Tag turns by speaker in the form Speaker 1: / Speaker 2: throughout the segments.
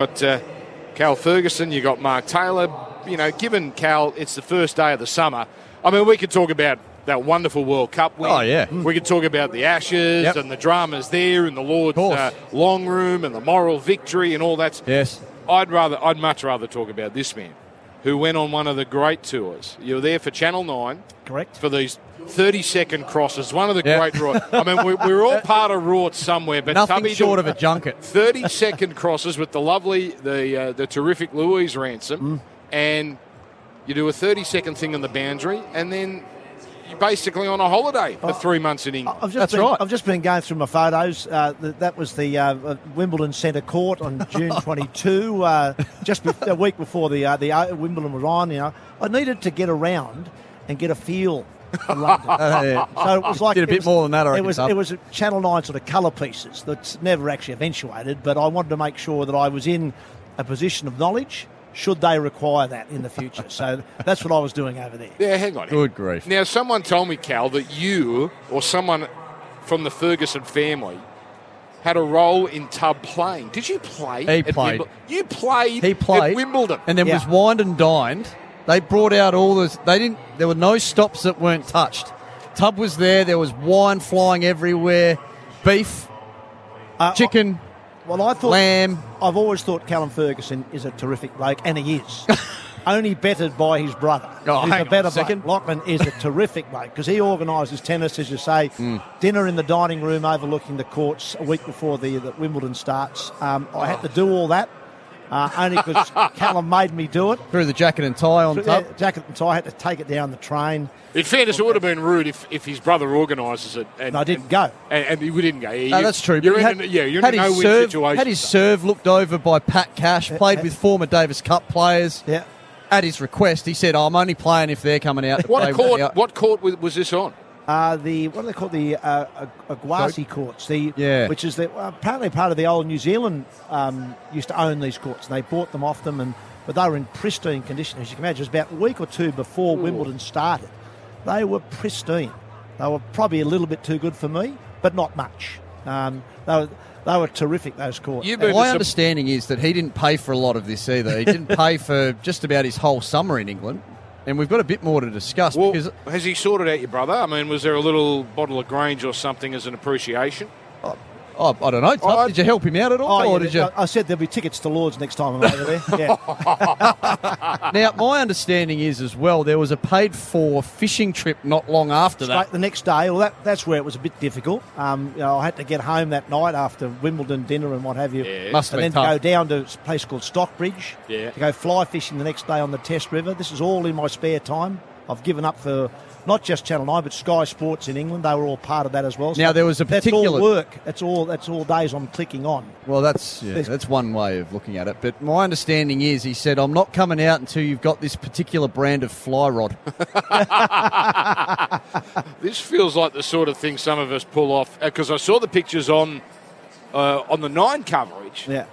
Speaker 1: got uh, Cal Ferguson, you got Mark Taylor. You know, given Cal, it's the first day of the summer. I mean, we could talk about that wonderful World Cup win.
Speaker 2: Oh, yeah.
Speaker 1: We could talk about the Ashes
Speaker 2: Yep.
Speaker 1: and the dramas there, and the Lord's
Speaker 2: course.
Speaker 1: uh, long room, and the moral victory, and all that.
Speaker 2: Yes.
Speaker 1: I'd rather, I'd much rather talk about this man, who went on one of the great tours. You were there for Channel Nine
Speaker 3: Correct.
Speaker 1: for these. 30 second crosses, one of the
Speaker 2: Yeah.
Speaker 1: great Rorts. I mean, we, we're all part of Rorts somewhere, but
Speaker 2: Nothing
Speaker 1: Tubby
Speaker 2: short
Speaker 1: Dor-
Speaker 2: of a junket.
Speaker 1: 30 second crosses with the lovely, the uh, the terrific Louise
Speaker 2: Mm.
Speaker 1: Ransom, and you do a 30 second thing on the boundary, and then you're basically on a holiday
Speaker 2: Oh.
Speaker 1: for three months in England.
Speaker 3: I've just
Speaker 2: That's
Speaker 3: been,
Speaker 2: right.
Speaker 3: I've just been going through my photos. Uh, that, that was the uh, uh, Wimbledon Centre Court on June 22, uh, just bef a week before the uh, the uh, Wimbledon was on. You know, I needed to get around and get a feel. for London.
Speaker 2: Uh, yeah.
Speaker 3: So it was like
Speaker 2: Did a
Speaker 3: it
Speaker 2: bit
Speaker 3: was-
Speaker 2: more than that, I
Speaker 3: It
Speaker 2: reckon,
Speaker 3: was
Speaker 2: Sub.
Speaker 3: it was Channel Nine sort of colour pieces that's never actually eventuated, but I wanted to make sure that I was in a position of knowledge should they require that in the future. so that's what I was doing over there.
Speaker 1: Yeah, hang on.
Speaker 2: Good grief.
Speaker 1: Now, someone told me, Cal, that you or someone from the Ferguson family had a role in Tub playing. Did you play?
Speaker 2: He
Speaker 1: at
Speaker 2: played.
Speaker 1: Wimble- You played.
Speaker 2: He played
Speaker 1: at Wimbledon.
Speaker 2: and then
Speaker 3: Yeah.
Speaker 2: was wined and dined. They brought out all this. They didn't. There were no stops that weren't touched. Tub was there. There was wine flying everywhere, beef,
Speaker 3: Uh,
Speaker 2: chicken,
Speaker 3: Well, I thought
Speaker 2: lamb.
Speaker 3: I've always thought Callum Ferguson is a terrific bloke, and he is. Only bettered by his brother.
Speaker 2: Oh,
Speaker 3: who's
Speaker 2: hang
Speaker 3: a
Speaker 2: on a
Speaker 3: better
Speaker 2: second.
Speaker 3: bloke. Lachlan is a terrific bloke because he organises tennis, as you say,
Speaker 2: Hmm.
Speaker 3: dinner in the dining room overlooking the courts a week before the, the Wimbledon starts. Um, I had to do all that uh, only because Callum made me do it.
Speaker 2: Threw the jacket and tie on
Speaker 3: Uh,
Speaker 2: Tub.
Speaker 3: jacket and tie, I had to take it down the train.
Speaker 1: in fairness, it would have been rude if, if his brother organises it. And,
Speaker 3: And I didn't go.
Speaker 1: And, and we didn't go. You-
Speaker 2: No, that's true.
Speaker 1: You're
Speaker 2: But
Speaker 1: in
Speaker 2: he
Speaker 1: a, yeah, you're
Speaker 2: had
Speaker 1: in a
Speaker 2: his
Speaker 1: no-win
Speaker 2: serve,
Speaker 1: situation.
Speaker 2: Had his serve looked over by Pat Cash. Played
Speaker 3: uh,
Speaker 2: with former Davis Cup players.
Speaker 3: Yeah.
Speaker 2: At his request, he said, "I'm only playing if they're coming out." To
Speaker 1: What
Speaker 2: play
Speaker 1: a
Speaker 2: with me."
Speaker 1: court! What court wa- was this on?
Speaker 3: Uh, the what do they call the uh, Ag- Aguasi courts? The
Speaker 2: Yeah.
Speaker 3: which is the well, apparently part of the old New Zealand um, used to own these courts, and they bought them off them, and but they were in pristine condition. As you can imagine, it was about a week or two before Wimbledon started. They were pristine. They were probably a little bit too good for me, but not much. Um, they were they were terrific. Those courts.
Speaker 1: You've been-
Speaker 2: My
Speaker 1: It's a-
Speaker 2: understanding is that he didn't pay for a lot of this either. He didn't pay for just about his whole summer in England, and we've got a bit more to discuss
Speaker 1: Well,
Speaker 2: because
Speaker 1: has he sorted out your brother? I mean, was there a little bottle of Grange or something as an appreciation?
Speaker 2: oh, I don't know. Tuff,
Speaker 1: I-
Speaker 2: did you help him out at all,
Speaker 3: Oh,
Speaker 2: or
Speaker 3: yeah,
Speaker 2: did you?
Speaker 3: I I said there'll be tickets to Lords next time I'm over there. Yeah. uh,
Speaker 2: now, my understanding is as well there was a paid-for fishing trip not long after
Speaker 3: Like
Speaker 2: that.
Speaker 3: the next day, well, that, that's where it was a bit difficult. Um, you know, I had to get home that night after Wimbledon dinner and what have you.
Speaker 1: Yeah.
Speaker 2: Must have
Speaker 3: and
Speaker 2: been
Speaker 3: then
Speaker 2: tough.
Speaker 3: go down to a place called Stockbridge
Speaker 1: Yeah.
Speaker 3: to go fly fishing the next day on the Test River. This is all in my spare time. I've given up for not just Channel 9, but Sky Sports in England. They were all part of that as well.
Speaker 2: Now, there was a
Speaker 3: that's
Speaker 2: particular-
Speaker 3: all work. That's all, that's all days I'm clicking on.
Speaker 2: Well, that's yeah, that's one way of looking at it. But my understanding is he said, "I'm not coming out until you've got this particular brand of fly rod."
Speaker 1: This feels like the sort of thing some of us pull off because I saw the pictures on uh, on the nine coverage.
Speaker 3: Yeah.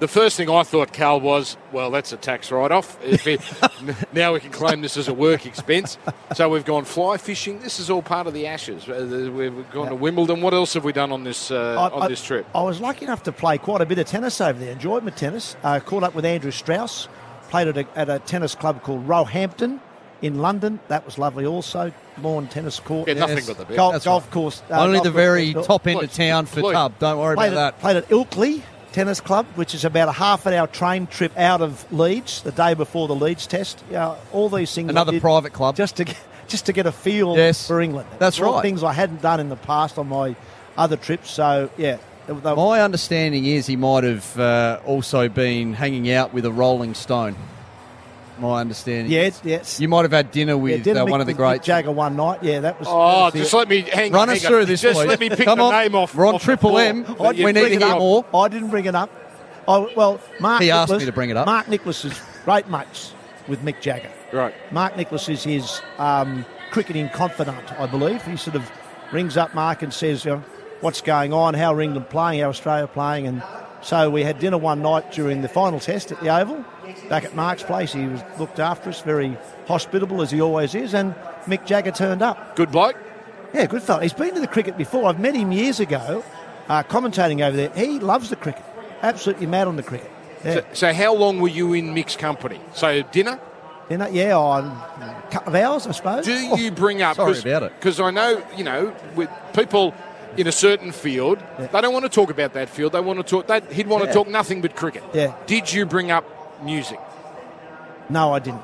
Speaker 1: The first thing I thought, Cal, was, well, that's a tax write-off. If it- n- now we can claim this as a work expense. So we've gone fly fishing. This is all part of the ashes. Uh, the- We've gone to Wimbledon. What else have we done on this uh,
Speaker 3: I-
Speaker 1: on
Speaker 3: I-
Speaker 1: this trip?
Speaker 3: I was lucky enough to play quite a bit of tennis over there. Enjoyed my tennis. Uh, caught up with Andrew Strauss. Played at a, at a tennis club called Roehampton in London. That was lovely. Also, lawn tennis court.
Speaker 1: Yeah, nothing
Speaker 2: Yes.
Speaker 1: but the best.
Speaker 3: golf,
Speaker 2: That's
Speaker 3: golf
Speaker 2: right.
Speaker 3: course. uh,
Speaker 2: Only
Speaker 3: golf
Speaker 2: the
Speaker 3: course
Speaker 2: very
Speaker 3: course.
Speaker 2: top end
Speaker 1: Look,
Speaker 2: of town for
Speaker 1: look.
Speaker 2: Tub. Don't worry
Speaker 3: Played
Speaker 2: about
Speaker 3: at,
Speaker 2: that.
Speaker 3: played at Ilkley Tennis Club, which is about a half an hour train trip out of Leeds, the day before the Leeds test. Yeah, all these things. I
Speaker 2: Another
Speaker 3: did
Speaker 2: private club.
Speaker 3: just to get, just to get a feel
Speaker 2: Yes,
Speaker 3: for England.
Speaker 2: that's
Speaker 3: All
Speaker 2: right.
Speaker 3: Things I hadn't done in the past on my other trips. So yeah, they, they,
Speaker 2: My understanding is he might have uh, also been hanging out with a Rolling Stone. My understanding.
Speaker 3: yeah,
Speaker 2: is.
Speaker 3: yes.
Speaker 2: You might have had dinner
Speaker 3: Yeah,
Speaker 2: with
Speaker 3: didn't
Speaker 2: uh,
Speaker 3: Mick-
Speaker 2: one of the
Speaker 3: Mick
Speaker 2: greats.
Speaker 3: Jagger one night. Yeah, that was.
Speaker 1: Oh,
Speaker 3: that was
Speaker 1: just
Speaker 3: it.
Speaker 1: let me hang.
Speaker 2: Run
Speaker 1: hang
Speaker 2: us
Speaker 1: on.
Speaker 2: through this,
Speaker 1: Just
Speaker 2: please.
Speaker 1: let me pick
Speaker 2: Come
Speaker 1: the
Speaker 2: on.
Speaker 1: name off.
Speaker 2: We're on
Speaker 1: off the
Speaker 2: Triple
Speaker 1: board.
Speaker 2: M.
Speaker 1: That
Speaker 2: I
Speaker 1: you
Speaker 2: we need
Speaker 1: bring
Speaker 2: to
Speaker 1: it
Speaker 2: get
Speaker 1: up.
Speaker 2: more.
Speaker 3: I didn't bring it up. Oh well, Mark.
Speaker 2: He asked
Speaker 3: Nicholas-
Speaker 2: me to bring it up.
Speaker 3: Mark Nicholas is great mates with Mick Jagger.
Speaker 1: Right.
Speaker 3: Mark Nicholas is his um, cricketing confidant, I believe. He sort of rings up Mark and says, you know, "What's going on? How are England playing? How Australia playing?" And so we had dinner one night during the final test at the Oval, back at Mark's place. He was looked after us, very hospitable as he always is, and Mick Jagger turned up.
Speaker 1: Good bloke.
Speaker 3: Yeah, good fella. He's been to the cricket before. I've met him years ago, uh, commentating over there. He loves the cricket. Absolutely mad on the cricket. Yeah.
Speaker 1: So, so how long were you in mixed company? So dinner?
Speaker 3: You know, yeah, on a couple of hours, I suppose. Oh,
Speaker 1: Do you bring up?
Speaker 2: Oh, sorry about it.
Speaker 1: Because I know you know with people in a certain field, they don't want to talk about that field. They want to talk. They, he'd want
Speaker 3: Yeah.
Speaker 1: to talk nothing but cricket.
Speaker 3: Yeah.
Speaker 1: Did you bring up music?
Speaker 3: No, I didn't.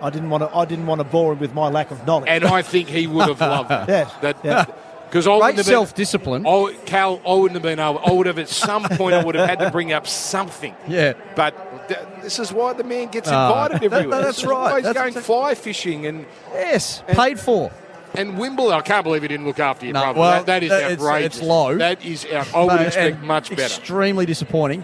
Speaker 3: I didn't want to. I didn't want to bore him with my lack of knowledge.
Speaker 1: And I think he would have loved that.
Speaker 3: Yes,
Speaker 1: That.
Speaker 3: yeah.
Speaker 1: Because I
Speaker 2: Great
Speaker 1: wouldn't have
Speaker 2: self discipline.
Speaker 1: been, I, Cal, I wouldn't have been able. I would have at some point. I would have had to bring up something.
Speaker 2: Yeah.
Speaker 1: But th- this is why the man gets
Speaker 2: Ah.
Speaker 1: invited
Speaker 2: That-
Speaker 1: everywhere.
Speaker 2: that's
Speaker 1: This is
Speaker 2: right.
Speaker 1: why He's
Speaker 2: That's
Speaker 1: going
Speaker 2: exact-
Speaker 1: fly fishing and
Speaker 2: Yes, paid for.
Speaker 1: And Wimbledon, I can't believe he didn't look after your
Speaker 2: No,
Speaker 1: brother.
Speaker 2: well,
Speaker 1: that, that is
Speaker 2: that- it's-
Speaker 1: outrageous.
Speaker 2: it's low.
Speaker 1: That is, out, I would
Speaker 2: No,
Speaker 1: expect
Speaker 2: and
Speaker 1: much better.
Speaker 2: Extremely disappointing.